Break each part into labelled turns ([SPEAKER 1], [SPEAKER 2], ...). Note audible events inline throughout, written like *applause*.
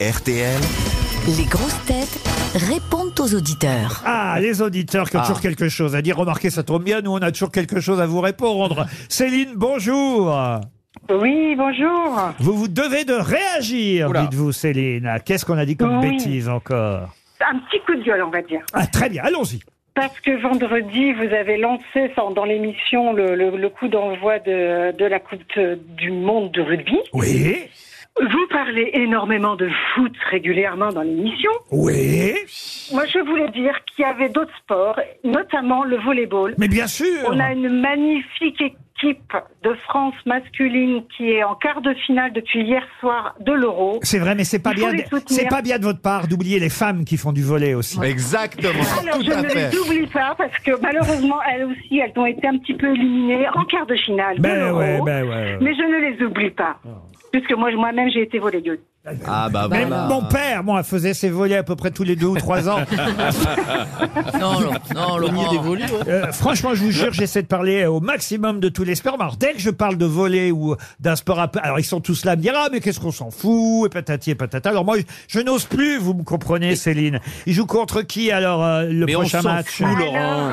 [SPEAKER 1] RTL.
[SPEAKER 2] Les grosses têtes répondent aux auditeurs.
[SPEAKER 3] Ah, les auditeurs qui ont toujours quelque chose à dire. Remarquez, ça tombe bien, nous, on a toujours quelque chose à vous répondre. Céline, bonjour
[SPEAKER 4] Oui, bonjour.
[SPEAKER 3] Vous vous devez de réagir, dites-vous, Céline. Qu'est-ce qu'on a dit comme
[SPEAKER 4] Oui.
[SPEAKER 3] bêtise encore
[SPEAKER 4] Un petit coup de gueule, on va dire.
[SPEAKER 3] Ah, très bien, allons-y.
[SPEAKER 4] Parce que vendredi, vous avez lancé sans- dans l'émission le, le- le coup d'envoi de, de la Coupe euh, du Monde de rugby.
[SPEAKER 3] Oui,
[SPEAKER 4] Vous parlez énormément de foot régulièrement dans l'émission.
[SPEAKER 3] oui,
[SPEAKER 4] Moi, je voulais dire qu'il y avait d'autres sports, notamment le volleyball.
[SPEAKER 3] mais bien sûr
[SPEAKER 4] On a une magnifique équipe de France masculine qui est en quart de finale depuis hier soir de l'Euro.
[SPEAKER 3] C'est vrai, mais c'est pas
[SPEAKER 4] Il faut
[SPEAKER 3] bien,
[SPEAKER 4] les soutenir.
[SPEAKER 3] c'est pas bien de votre part d'oublier les femmes qui font du volet aussi.
[SPEAKER 5] Exactement.
[SPEAKER 4] Alors, je
[SPEAKER 5] Tout à
[SPEAKER 4] ne
[SPEAKER 5] fait.
[SPEAKER 4] les oublie pas parce que malheureusement, elles aussi, elles ont été un petit peu éliminées en quart de finale. de
[SPEAKER 3] Ben
[SPEAKER 4] l'Euro.
[SPEAKER 3] ouais, ben ouais.
[SPEAKER 4] Mais je ne les oublie pas. Puisque moi, moi-même, j'ai été volleyeur.
[SPEAKER 5] Ah bah
[SPEAKER 3] Même
[SPEAKER 5] voilà.
[SPEAKER 3] mon père, moi, faisait ses volets à peu près tous les deux ou trois ans.
[SPEAKER 6] Non, non, non, Laurent.
[SPEAKER 3] Euh, franchement, je vous jure, j'essaie de parler euh, au maximum de tous les sports. Mais Alors, dès que je parle de volet ou d'un sport à... Alors, ils sont tous là à me dire, ah, mais qu'est-ce qu'on s'en fout, et patati et patata. Alors, moi, je, je n'ose plus, vous me comprenez, Céline. Ils jouent contre qui, alors, euh, le
[SPEAKER 5] Mais on
[SPEAKER 3] prochain
[SPEAKER 5] s'en
[SPEAKER 3] match
[SPEAKER 5] fout,
[SPEAKER 4] Alors,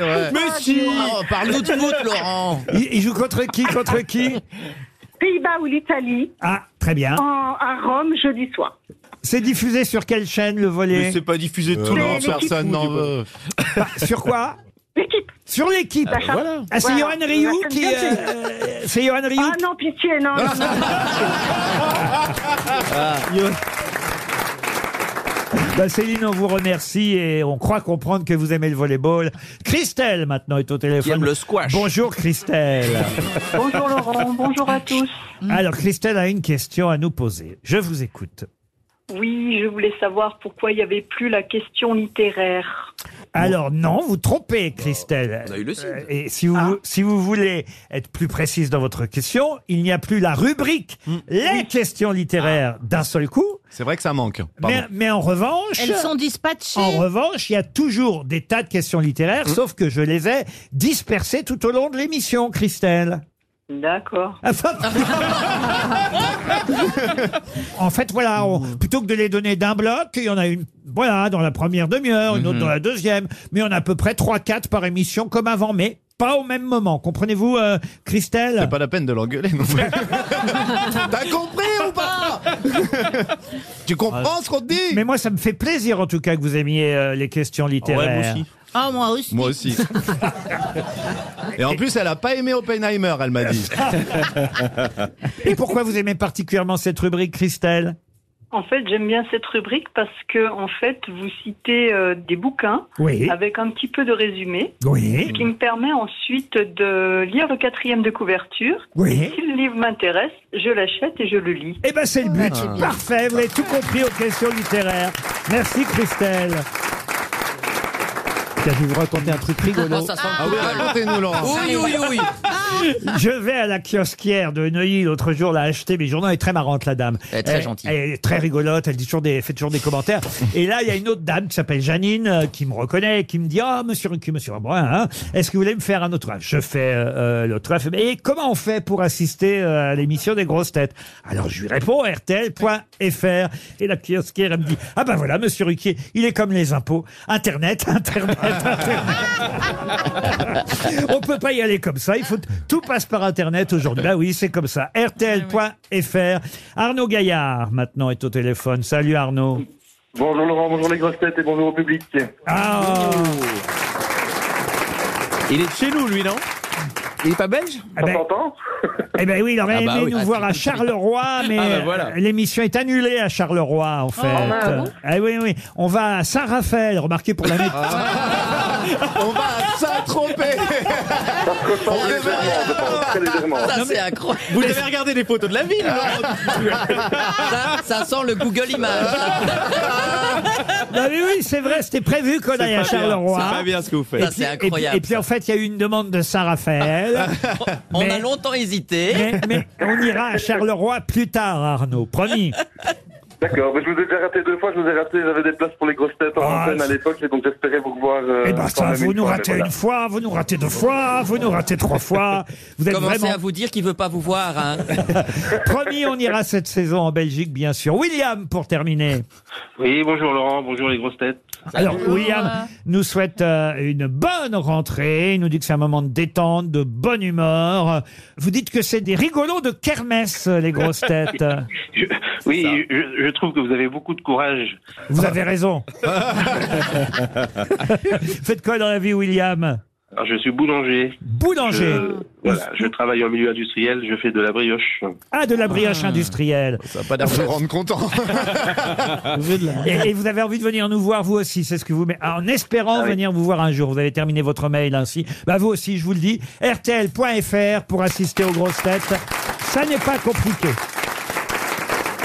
[SPEAKER 4] euh,
[SPEAKER 5] Mais si
[SPEAKER 6] Oh, Parle-nous de foot, Laurent.
[SPEAKER 3] ils, ils jouent contre qui, contre
[SPEAKER 5] *laughs*
[SPEAKER 3] qui
[SPEAKER 4] Pays-Bas ou l'Italie,
[SPEAKER 3] Ah, très bien.
[SPEAKER 4] en- à Rome, jeudi soir.
[SPEAKER 3] C'est diffusé sur quelle chaîne, le volet
[SPEAKER 5] Mais c'est pas diffusé de tout
[SPEAKER 4] non,
[SPEAKER 5] le monde,
[SPEAKER 4] l'équipe
[SPEAKER 5] personne n'en
[SPEAKER 4] ou du-
[SPEAKER 5] veut.
[SPEAKER 3] Bah, Sur quoi
[SPEAKER 4] L'équipe.
[SPEAKER 3] Sur l'équipe.
[SPEAKER 4] Ah, bah, voilà.
[SPEAKER 3] Ah, c'est
[SPEAKER 4] Voilà.
[SPEAKER 3] Johan Rioux
[SPEAKER 4] La
[SPEAKER 3] qui...
[SPEAKER 4] chaîne
[SPEAKER 3] euh, c'est Johan Rioux
[SPEAKER 4] Ah non, pitié, non, non, non.
[SPEAKER 3] Bah, Céline, on vous remercie et on croit comprendre que vous aimez le volleyball. Christelle, maintenant, est au téléphone.
[SPEAKER 6] Qui aime le squash.
[SPEAKER 3] Bonjour, Christelle. Mm.
[SPEAKER 4] Bonjour Laurent, bonjour à tous.
[SPEAKER 3] Alors, Christelle a une question à nous poser. Je vous écoute.
[SPEAKER 4] Oui, je voulais savoir pourquoi il n'y avait plus la question littéraire.
[SPEAKER 3] Alors, non, vous trompez, Christelle.
[SPEAKER 6] on a eu le Cid.
[SPEAKER 3] Euh, Et si vous,
[SPEAKER 4] Ah.
[SPEAKER 3] si vous voulez être plus précise dans votre question, il n'y a plus la rubrique
[SPEAKER 6] Mm.
[SPEAKER 3] Les questions littéraires d'un seul coup.
[SPEAKER 5] C'est vrai que ça manque. Pardon.
[SPEAKER 3] Mais, mais en revanche.
[SPEAKER 7] Elles sont dispatchées.
[SPEAKER 3] En revanche, il y a toujours des tas de questions littéraires,
[SPEAKER 5] Hmm.
[SPEAKER 3] sauf que je les ai dispersées tout au long de l'émission, Christelle. Ah,
[SPEAKER 4] D'accord.
[SPEAKER 3] Enfin- *laughs* en fait, voilà, on-
[SPEAKER 5] Hmm.
[SPEAKER 3] plutôt que de les donner d'un bloc, il y en a une, voilà, dans la première demi-heure, une autre
[SPEAKER 5] Hmm.
[SPEAKER 3] dans la deuxième, mais on a à peu près 3-4 par émission comme avant, mais pas au même moment. Comprenez-vous, euh, Christelle
[SPEAKER 5] C'est pas la peine de l'engueuler non plus. *laughs* T'as compris ou pas *laughs* Tu comprends ce qu'on te dit
[SPEAKER 3] Mais moi, ça me fait plaisir en tout cas que vous aimiez euh, les questions littéraires.
[SPEAKER 7] Ah, moi aussi.
[SPEAKER 5] Moi aussi. *laughs* Et en plus, elle a pas aimé Oppenheimer, elle m'a dit.
[SPEAKER 3] Et pourquoi vous aimez particulièrement cette rubrique, Christelle
[SPEAKER 4] En fait, j'aime bien cette rubrique parce que, en fait, vous citez euh, des bouquins
[SPEAKER 3] Oui.
[SPEAKER 4] avec un petit peu de résumé,
[SPEAKER 3] Ah. Oui.
[SPEAKER 4] ce qui me permet ensuite de lire le quatrième de couverture.
[SPEAKER 3] Oui.
[SPEAKER 4] Si le livre m'intéresse, je l'achète et je le lis.
[SPEAKER 3] Eh ben c'est le but. Parfait, vous avez tout compris aux questions littéraires. Merci Christelle. Tiens, Je vais vous raconter un truc *laughs* rigolo.
[SPEAKER 5] Ah oui, racontez-nous, Laurent.
[SPEAKER 6] Oui, oui, oui.
[SPEAKER 3] Je vais à la kiosquière de Neuilly l'autre jour, l'a acheté mes journaux. Elle est très marrante, la dame.
[SPEAKER 6] Elle est très gentille.
[SPEAKER 3] Elle est très rigolote. Elle dit toujours des, fait toujours des commentaires. Et là, il y a une autre dame qui s'appelle Janine euh, qui me reconnaît et qui me dit Ah, monsieur Ruquier, monsieur Brun, hein, est-ce que vous voulez me faire un autographe Je fais euh, euh, l'autographe. Et comment on fait pour assister euh, à l'émission des grosses têtes Alors, je lui réponds RTL.fr. Et la kiosquière, elle me dit Ah, ben voilà, monsieur Ruquier, il est comme les impôts. Internet, *laughs* Internet, Internet. On peut pas y aller comme ça. Il faut tout passe par Internet aujourd'hui. Bah oui, c'est comme ça. RTL.fr. Arnaud Gaillard maintenant est au téléphone. Salut Arnaud.
[SPEAKER 8] Bonjour Laurent, bonjour les grosses têtes et bonjour au public.
[SPEAKER 3] Ah,
[SPEAKER 6] Il est de chez nous, lui, non Il est pas belge
[SPEAKER 3] eh
[SPEAKER 8] On
[SPEAKER 3] ben,
[SPEAKER 8] s'entend
[SPEAKER 3] eh ben oui, il aurait
[SPEAKER 6] Ah bah
[SPEAKER 3] aimé
[SPEAKER 6] oui.
[SPEAKER 3] nous
[SPEAKER 6] Ah,
[SPEAKER 3] voir
[SPEAKER 6] tu-
[SPEAKER 3] à Charleroi, mais
[SPEAKER 6] Ah bah voilà.
[SPEAKER 3] euh, l'émission est annulée à Charleroi en fait. ah oui, oui. On va à Saint-Raphaël. Remarquez pour l'année.
[SPEAKER 6] Ah.
[SPEAKER 5] On va s'attroper
[SPEAKER 8] Ça se ressent légèrement, je pense, très légèrement.
[SPEAKER 6] Ça, c'est incroyable.
[SPEAKER 5] Vous avez regardé les photos de la ville,
[SPEAKER 6] Ça, ça sent le Google Images.
[SPEAKER 3] Non, mais Ah bah oui, c'est vrai. C'était prévu qu'on aille à Charleroi.
[SPEAKER 5] bien ce que vous faites.
[SPEAKER 6] Ça, Ah. c'est
[SPEAKER 3] Et puis,
[SPEAKER 6] incroyable.
[SPEAKER 3] et puis, en fait, il y a eu une demande de Saint-Raphaël.
[SPEAKER 6] On
[SPEAKER 3] mais-
[SPEAKER 6] a longtemps hésité.
[SPEAKER 3] Mais, mais on ira à Charleroi plus tard, Arnaud, promis.
[SPEAKER 8] D'accord, mais je vous ai déjà raté deux fois, je vous ai raté, j'avais des places pour les grosses têtes en
[SPEAKER 3] Ah,
[SPEAKER 8] antenne à
[SPEAKER 3] c'est-
[SPEAKER 8] l'époque, et donc j'espérais vous revoir. euh,
[SPEAKER 3] Eh ben
[SPEAKER 8] quand
[SPEAKER 3] ça,
[SPEAKER 8] même
[SPEAKER 3] vous
[SPEAKER 8] une
[SPEAKER 3] nous
[SPEAKER 8] fois, mais
[SPEAKER 3] ratez
[SPEAKER 8] voilà.
[SPEAKER 3] une fois, vous nous ratez deux fois, vous nous ratez trois
[SPEAKER 8] *laughs*
[SPEAKER 3] fois. Vous êtes
[SPEAKER 6] Commencez
[SPEAKER 3] vraiment
[SPEAKER 6] à vous dire qu'il veut pas vous voir. Hein.
[SPEAKER 3] promis, on ira cette saison en Belgique, bien sûr. William, pour terminer.
[SPEAKER 1] Oui, bonjour Laurent, bonjour les grosses têtes.
[SPEAKER 3] Alors, William nous souhaite euh, une bonne rentrée. Il nous dit que c'est un moment de détente, de bonne humeur. Vous dites que c'est des rigolos de kermesse, les
[SPEAKER 1] *laughs*
[SPEAKER 3] grosses têtes.
[SPEAKER 1] Je- oui, je, je trouve que vous avez beaucoup de courage.
[SPEAKER 3] Vous avez raison. *laughs* Faites quoi dans la vie, William
[SPEAKER 1] Alors, je suis boulanger.
[SPEAKER 3] Boulanger.
[SPEAKER 1] Je, voilà, je travaille en milieu industriel, je fais de la brioche.
[SPEAKER 3] Ah, de la brioche industrielle.
[SPEAKER 5] Ça va pas l'air de le rendre content.
[SPEAKER 3] Et, et vous avez envie de venir nous voir, vous aussi, c'est ce que vous mettez. En espérant
[SPEAKER 1] Ah oui.
[SPEAKER 3] venir vous voir un jour. Vous avez terminé votre mail ainsi. Bah, vous aussi, je vous le dis. RTL.fr pour assister aux grosses têtes. Ça n'est pas compliqué.